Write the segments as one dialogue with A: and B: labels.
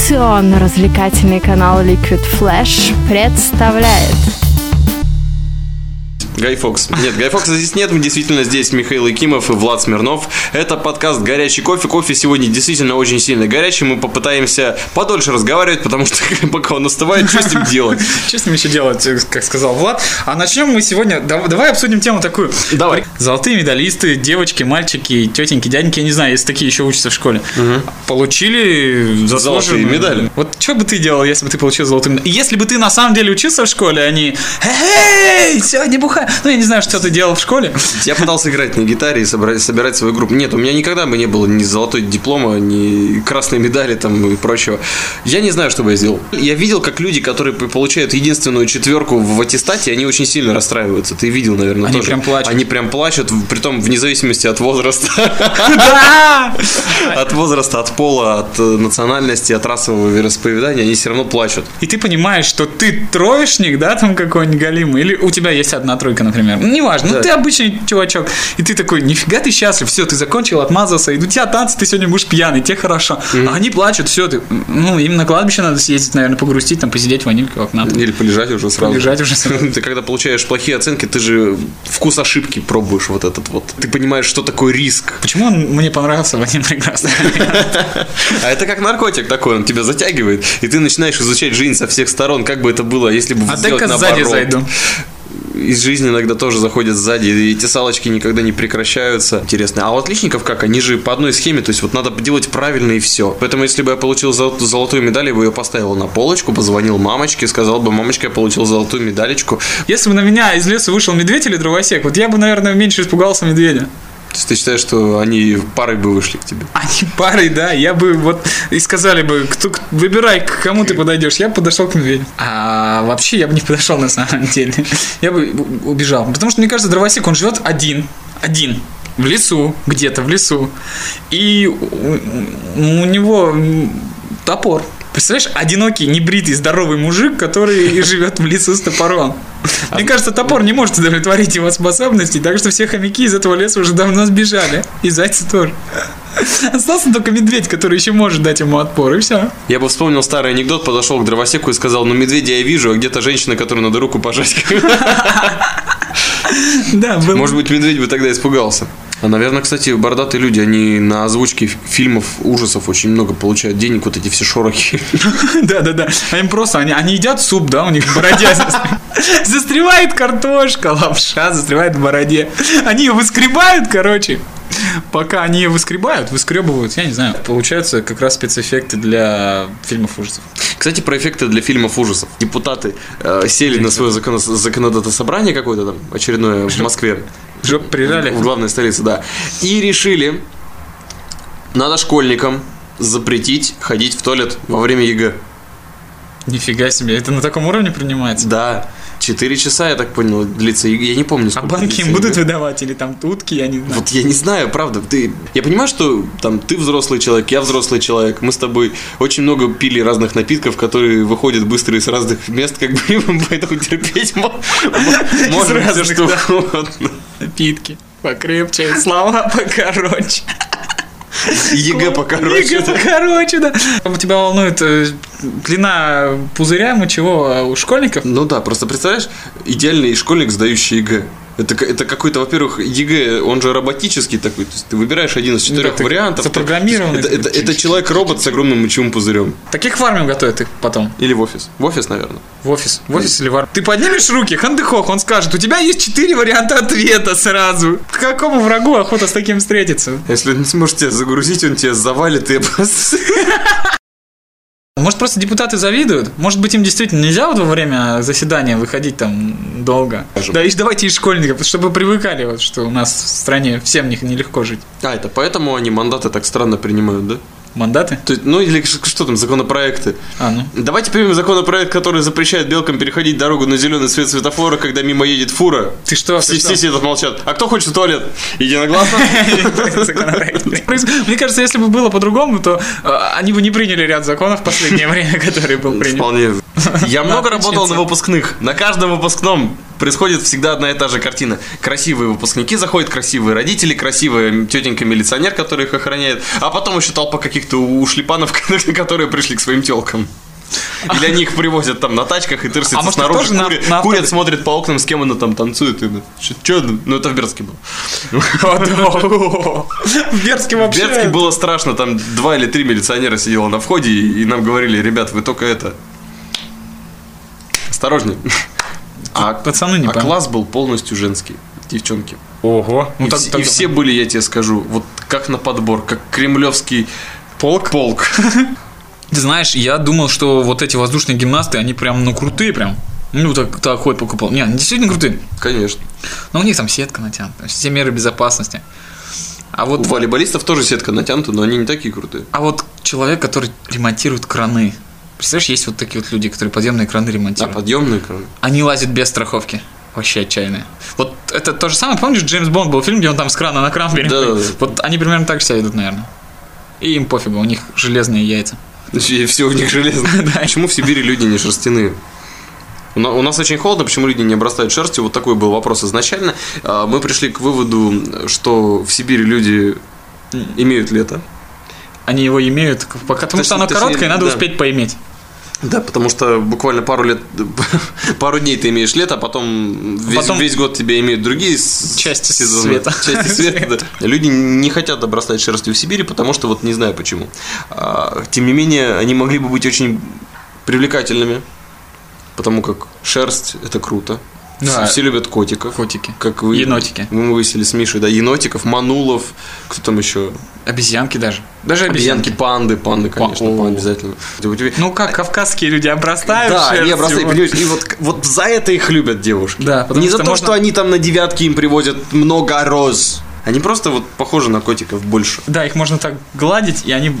A: Информационно-развлекательный канал Liquid Flash представляет
B: Гай Фокс. Нет, Гай Фокса здесь нет, мы действительно здесь Михаил Якимов и Влад Смирнов. Это подкаст «Горячий кофе». Кофе сегодня действительно очень сильно горячий. Мы попытаемся подольше разговаривать, потому что пока он остывает, что с ним делать?
C: Что с ним еще делать, как сказал Влад. А начнем мы сегодня... да- Давай обсудим тему такую.
B: Давай.
C: Золотые медалисты, девочки, мальчики, тетеньки, дяденьки, я не знаю, если такие еще учатся в школе, получили заслуженные
B: медали.
C: Вот что бы ты делал, если бы ты получил золотую медаль? И Если бы ты на самом деле учился в школе, а не «Эй, сегодня бухаю». Ну, я не знаю, что ты делал в школе.
B: Я пытался играть на гитаре и собра- собирать свою группу. Нет, у меня никогда бы не было ни золотой диплома, ни красной медали там и прочего. Я не знаю, что бы я сделал. Я видел, как люди, которые п- получают единственную четверку в аттестате, они очень сильно расстраиваются. Ты видел, наверное,
C: Они
B: тоже.
C: прям плачут.
B: Они прям плачут, в- притом вне зависимости от возраста.
C: Да!
B: От возраста, от пола, от э, национальности, от расового вероисповедания, они все равно плачут.
C: И ты понимаешь, что ты троечник, да, там какой-нибудь галимый, или у тебя есть одна тройка, например. Ну, Неважно,
B: Да.
C: ну ты обычный чувачок. И ты такой, нифига ты счастлив, все, ты закончил, отмазался, и у тебя танцы, ты сегодня будешь пьяный, тебе хорошо. А они плачут, все, ты, ну, им на кладбище надо съездить, наверное, погрустить, там, посидеть ванильку, как надо.
B: Или полежать уже сразу.
C: Полежать уже сразу.
B: Ты когда получаешь плохие оценки, ты же вкус ошибки пробуешь вот этот вот. Ты понимаешь, что такое риск.
C: Почему он мне понравился в один прекрасный
B: А это как наркотик такой, он тебя затягивает, и ты начинаешь изучать жизнь со всех сторон, как бы это было, если бы
C: А
B: сделать
C: дай-ка
B: наоборот.
C: сзади зайду.
B: Из жизни иногда тоже заходят сзади, и эти салочки никогда не прекращаются. Интересно. А у отличников как? Они же по одной схеме, то есть вот надо делать правильно и все. Поэтому если бы я получил золот- золотую медаль, я бы ее поставил на полочку, позвонил мамочке, сказал бы, мамочка, я получил золотую медалечку.
C: Если бы на меня из леса вышел медведь или дровосек, вот я бы, наверное, меньше испугался медведя.
B: То есть ты считаешь, что они парой бы вышли к тебе?
C: Они парой, да, я бы вот и сказали бы, кто, к- выбирай, к кому ты подойдешь. Я бы подошел к медведю. А вообще я бы не подошел на самом деле. Я бы у- убежал. Потому что, мне кажется, дровосек, он живет один. Один. В лесу, где-то в лесу. И у, у- у него м, топор. Представляешь, одинокий, небритый, здоровый мужик, который и живет в лесу с топором. Мне кажется, топор не может удовлетворить его способности, так что все хомяки из этого леса уже давно сбежали. И зайцы тоже. Остался только медведь, который еще может дать ему отпор, и все.
B: Я бы вспомнил старый анекдот, подошел к дровосеку и сказал, ну, медведя я вижу, а где-то женщина, которой надо руку пожать.
C: Да, был.
B: Может быть, медведь бы тогда испугался. А, наверное, кстати, бородатые люди, они на озвучке ф- фильмов ужасов очень много получают денег, вот эти все шорохи.
C: Да, да, да. А им просто, они, они едят суп, да, у них в бороде зас- застревает картошка, лапша застревает в бороде. Они ее выскребают, короче. Пока они ее выскребают, выскребывают, я не знаю. Получаются как раз спецэффекты для фильмов ужасов.
B: Кстати, про эффекты для фильмов ужасов. Депутаты э, сели на свое законо- законодательное какое-то там очередное в Москве.
C: Жоп прижали.
B: В главной столице, да. И решили, надо школьникам запретить ходить в туалет во время ЕГЭ.
C: Нифига себе, это на таком уровне принимается.
B: Да, 4 часа, я так понял, длится ЕГЭ. Я не помню,
C: А
B: сколько
C: банки им
B: длится
C: будут
B: ЕГЭ.
C: выдавать или там тутки, я не знаю.
B: Вот я не знаю, правда. Ты, я понимаю, что там ты взрослый человек, я взрослый человек. Мы с тобой очень много пили разных напитков, которые выходят быстро из разных мест, как бы, поэтому терпеть мо- мо-
C: Из
B: можно все
C: разных,
B: что
C: да.
B: угодно.
C: Напитки покрепче, слова покороче.
B: ЕГЭ покороче.
C: ЕГЭ покороче, да. А Тебя волнует э, длина пузыря мочевого у школьников?
B: Ну да, просто представляешь, идеальный школьник, сдающий ЕГЭ. Это, к- это какой-то, во-первых, ЕГЭ, он же роботический такой, то есть ты выбираешь один из четырех
C: Да, ты
B: вариантов.
C: запрограммированный
B: Это, это- это человек-робот с огромным мочевым пузырем.
C: Таких в армию готовят их потом.
B: Или в офис. В офис, наверное.
C: В офис. В офис или в армию. Ты поднимешь руки, хандыхох, он скажет, у тебя есть четыре варианта ответа сразу. К какому врагу охота с таким встретиться?
B: Если он не сможет тебя загрузить, он тебя завалит и просто...
C: Может, просто депутаты завидуют? Может быть, им действительно нельзя вот во время заседания выходить там долго?
B: Скажем.
C: Да, и давайте из школьников, чтобы привыкали, вот, что у нас в стране всем них нелегко жить.
B: А, это поэтому они мандаты так странно принимают, да?
C: Мандаты?
B: То есть, ну или ш- что там, законопроекты?
C: А, ну.
B: Давайте примем законопроект, который запрещает белкам переходить дорогу на зеленый свет светофора, когда мимо едет фура.
C: Ты что? ты
B: Все,
C: что?
B: все сидят молчат. А кто хочет в туалет? Единогласно?
C: Мне кажется, если бы было по-другому, то э, они бы не приняли ряд законов в последнее время, который был принят.
B: Вполне Я много работал
C: отличница.
B: на выпускных. На каждом выпускном происходит всегда одна и та же картина. Красивые выпускники заходят, красивые родители, красивая тетенька-милиционер, который их охраняет, а потом еще толпа каких-то у- ушлепанов, которые пришли к своим телкам. Или они их привозят там на тачках и тырсятся
C: А может,
B: снаружи,
C: тоже на-
B: курят,
C: на автобусе?
B: курят, смотрят по окнам, с кем она там танцует. И, ну, чё- чё, ну, это в Бердске было.
C: В Бердске
B: В
C: вообще...
B: Бердске было страшно, там два или три милиционера сидело на входе, и и нам говорили, ребят, вы только это... Осторожней. А,
C: пацаны не
B: а
C: поймут.
B: класс был полностью женский, девчонки.
C: Ого. Ну,
B: и,
C: так-
B: вс- и
C: так-
B: все были, я тебе скажу, вот как на подбор, как кремлевский полк. полк.
C: Ты знаешь, я думал, что вот эти воздушные гимнасты, они прям, ну, крутые прям. Ну, так, так хоть покупал. Не, они действительно крутые.
B: Конечно.
C: Но у них там сетка натянута, все меры безопасности. А
B: У
C: вот,
B: волейболистов тоже сетка натянута, но они не такие крутые.
C: а вот человек, который ремонтирует краны. Представляешь, есть вот такие вот люди, которые подъемные краны
B: А
C: ремонтируют.
B: подъемные краны.
C: Они лазят без страховки. Вообще отчаянные. Вот это то же самое, помнишь, Джеймс Бонд был фильм, где он там с крана на кран перепрыгивал?
B: Да-да-да.
C: Вот они примерно так себя ведут, наверное. И им пофигу, у них железные яйца.
B: И все у них железно. Почему в Сибири люди не шерстяные? У на- у нас очень холодно, почему люди не обрастают шерстью? Вот такой был вопрос изначально. А, Мы пришли к выводу, что в Сибири люди имеют лето.
C: Они его имеют, к- пока, потому
B: Точно-
C: что оно
B: точнее,
C: короткое, и надо
B: да.
C: успеть поиметь.
B: Да, потому что буквально пару лет, пару дней ты имеешь лето, а потом весь,
C: Потом-
B: весь год тебе имеют другие с-
C: Части
B: сезоны.
C: света.
B: Части света, да. Люди не хотят обрастать шерстью в Сибири, потому что вот не знаю почему. А, Тем не менее, они могли бы быть очень привлекательными, потому как шерсть это круто.
C: Да.
B: Все, все любят котиков.
C: Котики.
B: Как вы,
C: Ну, а Енотики.
B: Мы выяснили с Мишей, да, енотиков, манулов, кто там еще?
C: Обезьянки даже. Даже
B: Обезьянки,
C: обезьянки.
B: панды, панды,
C: Па-
B: конечно,
C: о.
B: панды обязательно. У тебя-
C: Ну как, кавказские люди обрастают
B: да,
C: шерстью?
B: не, просто, понимаешь, и вот, вот за это их любят девушки.
C: Да, потому
B: не
C: что
B: за то,
C: можно-
B: что они там на девятке им приводят много роз. Они просто вот похожи на котиков больше.
C: Да, их можно так гладить, и они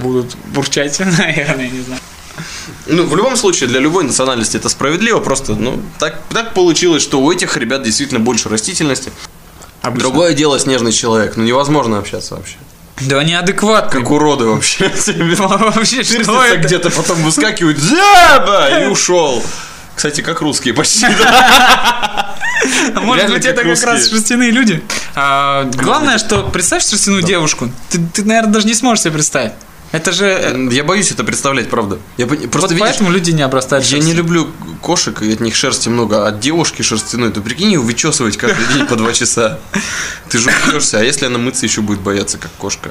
C: будут бурчать, наверное, не знаю.
B: Ну, в любом случае, для любой национальности это справедливо, просто, ну, так, так получилось, что у этих ребят действительно больше растительности. Другое дело снежный человек, ну невозможно общаться вообще.
C: Да неадекватно.
B: Как уроды вообще.
C: Вообще, что
B: Тырсятся
C: это?
B: где-то, потом выскакивают, «Зяба!» и ушел. Кстати, как русские почти, да?
C: А Может
B: Реально
C: быть,
B: как
C: это как раз
B: русские.
C: шерстяные люди. А, Главное, что представь шерстяную девушку. Ты, ты, наверное, даже не сможешь себе представить. Это же... э,
B: Я боюсь это представлять, правда. Я пон-
C: Вот
B: просто видишь,
C: поэтому люди не обрастают
B: Я не
C: шерстью.
B: люблю кошек, и от них шерсти много, а от девушки шерстяной, ты прикинь, ее вычесывать каждый день по два часа. Ты же убьешься, а если она мыться еще будет бояться, как кошка.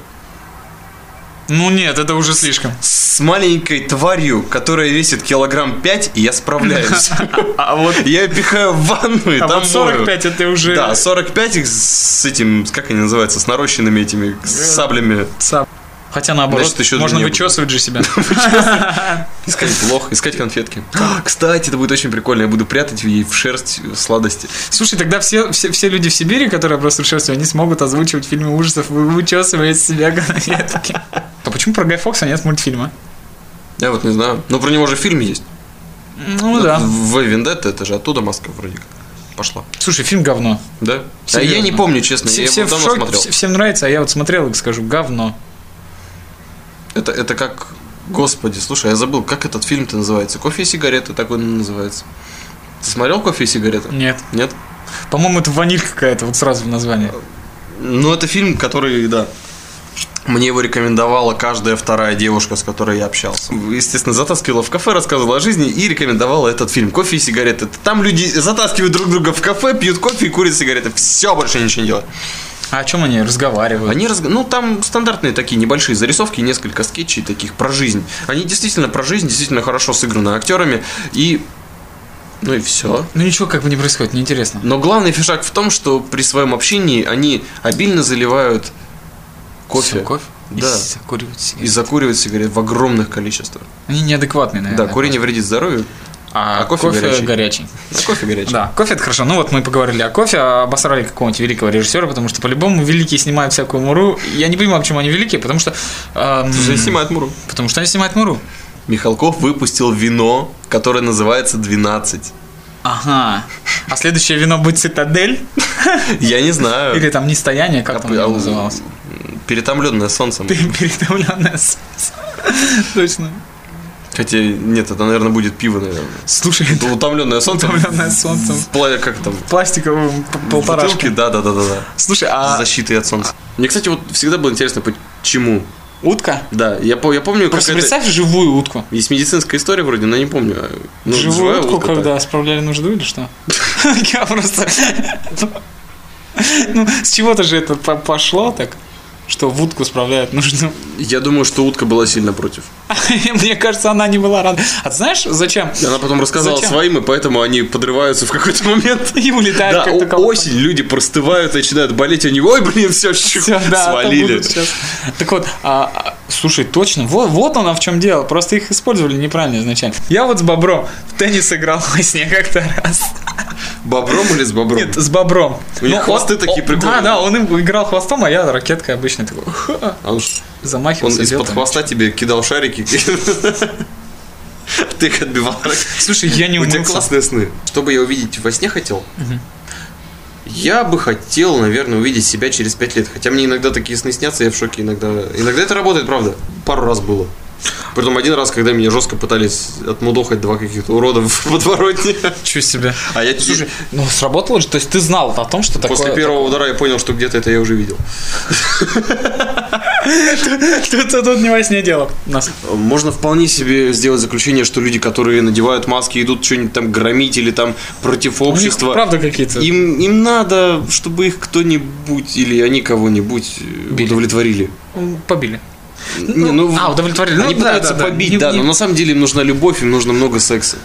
C: Ну нет, это уже слишком.
B: С маленькой тварью, которая весит килограмм 5, я справляюсь.
C: А вот,
B: Я ее пихаю в ванну и
C: а
B: там
C: вот 45 это уже...
B: мою. Да, 45 их с этим, с- как они называются, с нарощенными этими с
C: Э.
B: саблями.
C: сап. Хотя наоборот,
B: Значит, еще
C: можно
B: не было.
C: вычесывать же себя.
B: Искать плохо, искать конфетки.
C: А.
B: Кстати, это будет очень прикольно, я буду прятать ей в шерсть сладости.
C: Слушай, тогда все, все, все люди в Сибири, которые обрастут шерстью, они смогут озвучивать фильмы ужасов, вы- вычесывая из себя конфетки. А почему про Гай Фокса нет мультфильма?
B: Я вот не знаю. Но про него же фильм есть.
C: Ну да.
B: В Вендетта, это же оттуда Москва вроде как пошла.
C: Слушай, фильм говно.
B: Да? А
C: Серьезно?
B: я не помню, честно,
C: Все,
B: я
C: все
B: его
C: в
B: давно
C: шоке,
B: смотрел.
C: все- всем нравится, а я вот смотрел и скажу, говно.
B: Это, это как... Господи, слушай, я забыл, как этот фильм-то называется? «Кофе и сигареты», так он и называется. Ты смотрел «Кофе и сигареты»?
C: Нет.
B: Нет?
C: По-моему, это ваниль какая-то, вот сразу в названии.
B: Ну, это фильм, который, да, мне его рекомендовала каждая вторая девушка, с которой я общался. Естественно, затаскивала в кафе, рассказывала о жизни и рекомендовала этот фильм «Кофе и сигареты». Там люди затаскивают друг друга в кафе, пьют кофе и курят сигареты. Все, больше ничего не делают.
C: А о чем они разговаривают?
B: Они разг- Ну, там стандартные такие небольшие зарисовки, несколько скетчей таких про жизнь. Они действительно про жизнь, действительно хорошо сыграны актерами. И... Ну и все.
C: Ну ничего как бы не происходит, неинтересно.
B: Но главный фишак в том, что при своем общении они обильно заливают кофе.
C: Всё, кофе? И
B: Да.
C: закуривать
B: И
C: сигареты.
B: закуривают сигарет в огромных количествах.
C: Они неадекватные, наверное.
B: Э, да, курение вредит здоровью,
C: А,
B: а кофе
C: кофе,
B: горячий.
C: горячий.
B: а кофе горячий.
C: Да, кофе это хорошо. Ну вот мы поговорили о кофе, а обосрали какого-нибудь великого режиссера, потому что по-любому великие снимают всякую муру. Я не понимаю, почему они великие, потому что... эм,
B: Слушай, снимает Муру.
C: Потому что они снимают муру.
B: Михалков выпустил вино, которое называется «12».
C: Ага. А следующее вино будет цитадель?
B: Я не знаю.
C: Или там не стояние, как там
B: А,
C: оно
B: а,
C: называлось?
B: Перетомленное солнцем.
C: Передавленное солнце. Точно.
B: Хотя, нет, это, наверное, будет пиво, наверное.
C: Слушай,
B: Это утомленное солнце.
C: утомленное солнцем.
B: Пла- Как там?
C: Пластиковым п- полторашкой.
B: Да, да, да, да, да.
C: Слушай, а
B: Защиты от солнца. Мне, кстати, вот всегда было интересно, почему.
C: утка?
B: Да, я, по- я помню,
C: Просто
B: какая-то-
C: представь живую утку.
B: Есть медицинская история вроде, но я не помню. а, ну, живая
C: живую утку,
B: утка,
C: когда справляли нужду или что? Я просто... Ну, с чего-то же это по- пошло так, что в утку справляют нужду.
B: да. Я думаю, что утка была сильно против.
C: Мне кажется, она не была рада. А ты знаешь, зачем?
B: И Она потом рассказала
C: Зачем?
B: своим, и поэтому они подрываются в какой-то момент.
C: И улетает
B: Да,
C: как-то
B: о-
C: колокольчик.
B: осень, люди простывают, начинают болеть, они, ой, блин, все,
C: Всё, да, а то
B: свалили.
C: будут щас. Так вот, а, а, слушай, точно, вот, вот оно в чем дело. Просто их использовали неправильно изначально. Я вот с бобром в теннис играл во сне как-то раз.
B: Бобром или с бобром?
C: Нет, с бобром.
B: У них
C: Ну,
B: хвосты
C: он-
B: такие
C: он-
B: прикольные.
C: Да, да, он им играл хвостом, а я ракеткой обычно такой ха,
B: А Он, ж- он
C: замахивался. делал
B: из-под
C: там.
B: хвоста тебе кидал шарики. Ты их отбивал.
C: Слушай, я не
B: У тебя
C: умылся.
B: классные сны. Что бы я увидеть во сне хотел? Я бы хотел, наверное, увидеть себя через пять лет. Хотя мне иногда такие сны снятся, я в шоке иногда. Иногда это работает, правда. Пару раз было. Притом один раз, когда меня жестко пытались отмудохать два каких-то уродов в подворотне.
C: Чего себе.
B: А я
C: Слушай, ну сработало же, то есть ты знал о том, что такое...
B: после первого удара я понял, что где-то это я уже видел.
C: Тут тут не во сне дело. Нас
B: Можно вполне себе сделать заключение, что люди, которые надевают маски, идут что-нибудь там громить или там против
C: у них
B: общества.
C: правда какие-то...
B: Им, им надо, чтобы их кто-нибудь или они кого-нибудь э,
C: Били.
B: удовлетворили.
C: м, Побили.
B: Не, ну,
C: а, удовлетворили. Ну,
B: Они
C: да,
B: пытаются
C: да, да.
B: побить,
C: Не-
B: да,
C: не-
B: но на самом деле им нужна любовь, им нужно много секса.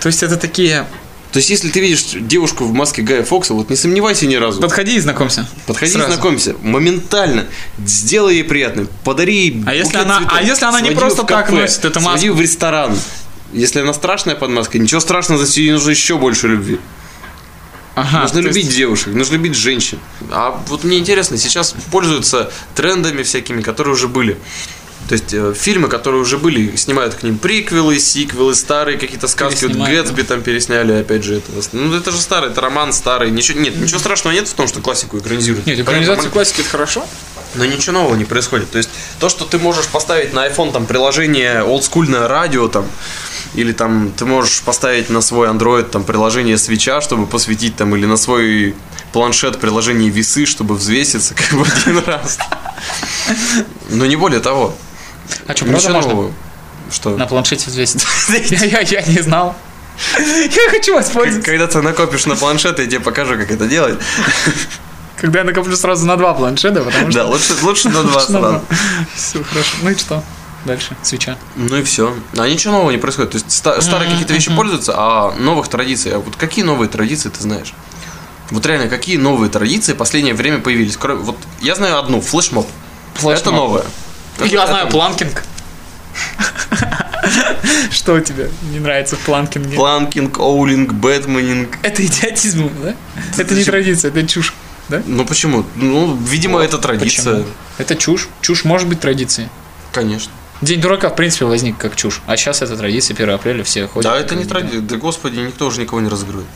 C: То есть это такие...
B: То есть, если ты видишь девушку в маске Гая Фокса, вот не сомневайся ни разу.
C: Подходи и знакомься.
B: Подходи,
C: Сразу.
B: знакомься, моментально, сделай ей приятно, подари ей.
C: А если
B: букет
C: она-
B: цветов,
C: а если она не
B: своди
C: просто
B: в кафе,
C: так носит эту
B: своди в ресторан. Если она страшная под маской, ничего страшного, за ей нужно еще больше любви.
C: Ага.
B: нужно
C: А, то есть-
B: любить девушек, нужно любить женщин. А вот мне интересно, сейчас пользуются трендами всякими, которые уже были. То есть э, фильмы, которые уже были, снимают к ним приквелы, сиквелы, старые какие-то сказки. Вот
C: Переснимают,
B: Гэтсби там пересняли, опять же, это. Ну это же старый, это роман старый. Ничего, нет, ничего страшного нет в том, что классику экранизируют.
C: Нет,
B: Нормально.
C: экранизация классики это хорошо.
B: Но ничего нового не происходит. То есть то, что ты можешь поставить на iPhone там приложение олдскульное радио там, или там ты можешь поставить на свой Android там приложение свеча, чтобы посветить там, или на свой планшет приложение весы, чтобы взвеситься как бы один раз. Но не более того.
C: А что, правда
B: Ничего
C: можно
B: нового. Что?
C: на планшете взвесить? Я- Я я не знал. Я хочу
B: К-
C: воспользоваться.
B: Когда ты накопишь на планшет, я тебе покажу, как это делать.
C: Когда я накоплю сразу на два планшета, потому что...
B: Да, лучше, лучше на два сразу.
C: Все хорошо. Ну и что? Дальше. Свеча.
B: Ну и все. А ничего нового не происходит. То есть ста- старые какие-то вещи пользуются, а новых традиций. А вот какие новые традиции ты знаешь? Вот реально, какие новые традиции в последнее время появились? Кроме- вот я знаю одну, флешмоб. Это
C: Флешмоб.
B: новое.
C: Я
B: Это-
C: знаю
B: это-
C: планкинг. Что тебе не нравится в планкинге?
B: Планкинг, оулинг, бэтменинг.
C: Это идиотизм, да? Это не
B: зачем?
C: традиция, это чушь. Да?
B: Ну почему? Ну, видимо, это традиция.
C: Почему? Это чушь. Чушь может быть традицией.
B: Конечно.
C: День дурака, в принципе, возник как чушь. А сейчас это традиция, 1 апреля все ходят.
B: да, это не традиция. Да господи, никто уже никого не разыгрывает.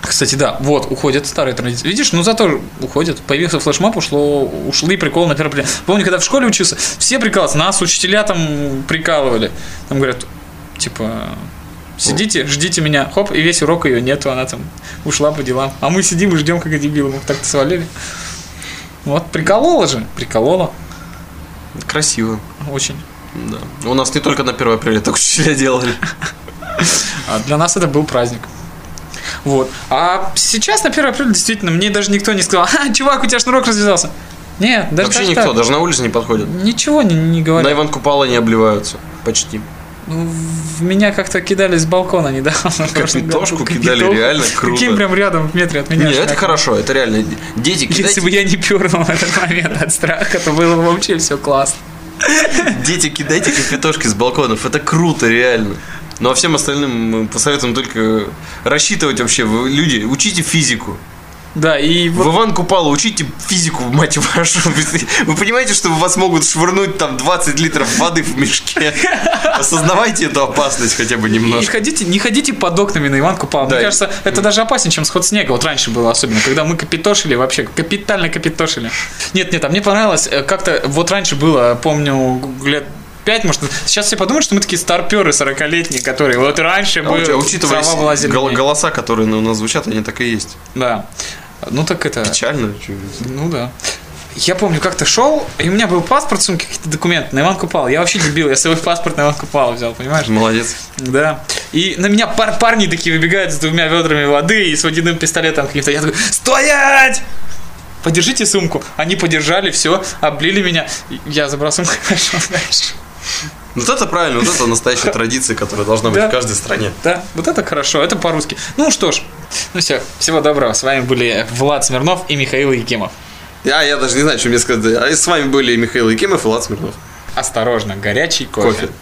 C: Кстати, да, вот, уходят старые традиции. Видишь, ну зато уходят. Появился флешмоб, ушло, ушли прикол на 1 апреля. Помню, когда в школе учился, все прикалывались, нас учителя там прикалывали. Там говорят, типа, сидите, ждите меня. Хоп, и весь урок ее нету, она там ушла по делам. А мы сидим и ждем, как и дебилы, мы так-то свалили. Вот, приколола же, приколола.
B: Красиво.
C: Очень.
B: Да. У нас не только на 1 апреля так учителя делали.
C: А для нас это был праздник. Вот. А сейчас на 1 апреля действительно мне даже никто не сказал, а, чувак, у тебя шнурок развязался. Нет, даже,
B: Вообще
C: даже
B: никто,
C: так.
B: даже на улице не подходит.
C: Ничего не, не говорят.
B: На Иван Купала не обливаются. Почти.
C: Ну, В меня как-то кидали с балкона недавно.
B: Капитошку кидали,
C: Капитошку.
B: реально круто.
C: Таким прям рядом, в метре от меня.
B: Не, это
C: шаг.
B: хорошо, это реально. Дети,
C: Если
B: кидайте,
C: бы я не пернул в этот момент от страха, то было бы вообще все классно.
B: дети, кидайте капитошки с балконов, это круто, реально. Ну а всем остальным мы посоветуем только рассчитывать вообще. Вы, люди, учите физику.
C: Да, и вот
B: В Иван Купала учите физику, мать вашу. Вы понимаете, что вас могут швырнуть там 20 литров воды в мешке? Осознавайте эту опасность хотя бы
C: И
B: немножко.
C: ходите, не ходите под окнами на Иван Купала.
B: Да.
C: Мне кажется, это даже опаснее, чем сход снега. Вот раньше было особенно, когда мы капитошили, вообще капитально капитошили. Нет, нет, а мне понравилось, э, как-то вот раньше было, помню, лет 35, может. Сейчас все подумают, что мы такие старперы 40-летние, которые вот раньше
B: А
C: были,
B: у тебя, учитывая
C: трава была зеленее.
B: гол- голоса, которые ну, у нас звучат, они так и есть.
C: Да. Ну так это...
B: Печально.
C: Ну да. Я помню, как-то шел, и у меня был паспорт в сумке, какие-то документы, на Иван Купал. Я вообще дебил, я свой паспорт на Иван Купала взял, понимаешь?
B: Молодец.
C: Да. И на меня пар парни такие выбегают с двумя ведрами воды и с водяным пистолетом каким-то. Я такой, стоять! Подержите сумку. Они подержали, все, облили меня. И Я забрал сумку и пошел дальше.
B: Вот это правильно, вот это настоящая традиция, которая должна быть
C: Да.
B: в каждой стране.
C: Да, вот это хорошо, это по-русски. Ну что ж, ну все, всего доброго. С вами были Влад Смирнов и Михаил Якимов.
B: Я, я даже не знаю, что мне сказать. А с вами были Михаил Якимов и Влад Смирнов.
C: Осторожно, горячий кофе.
B: Кофе.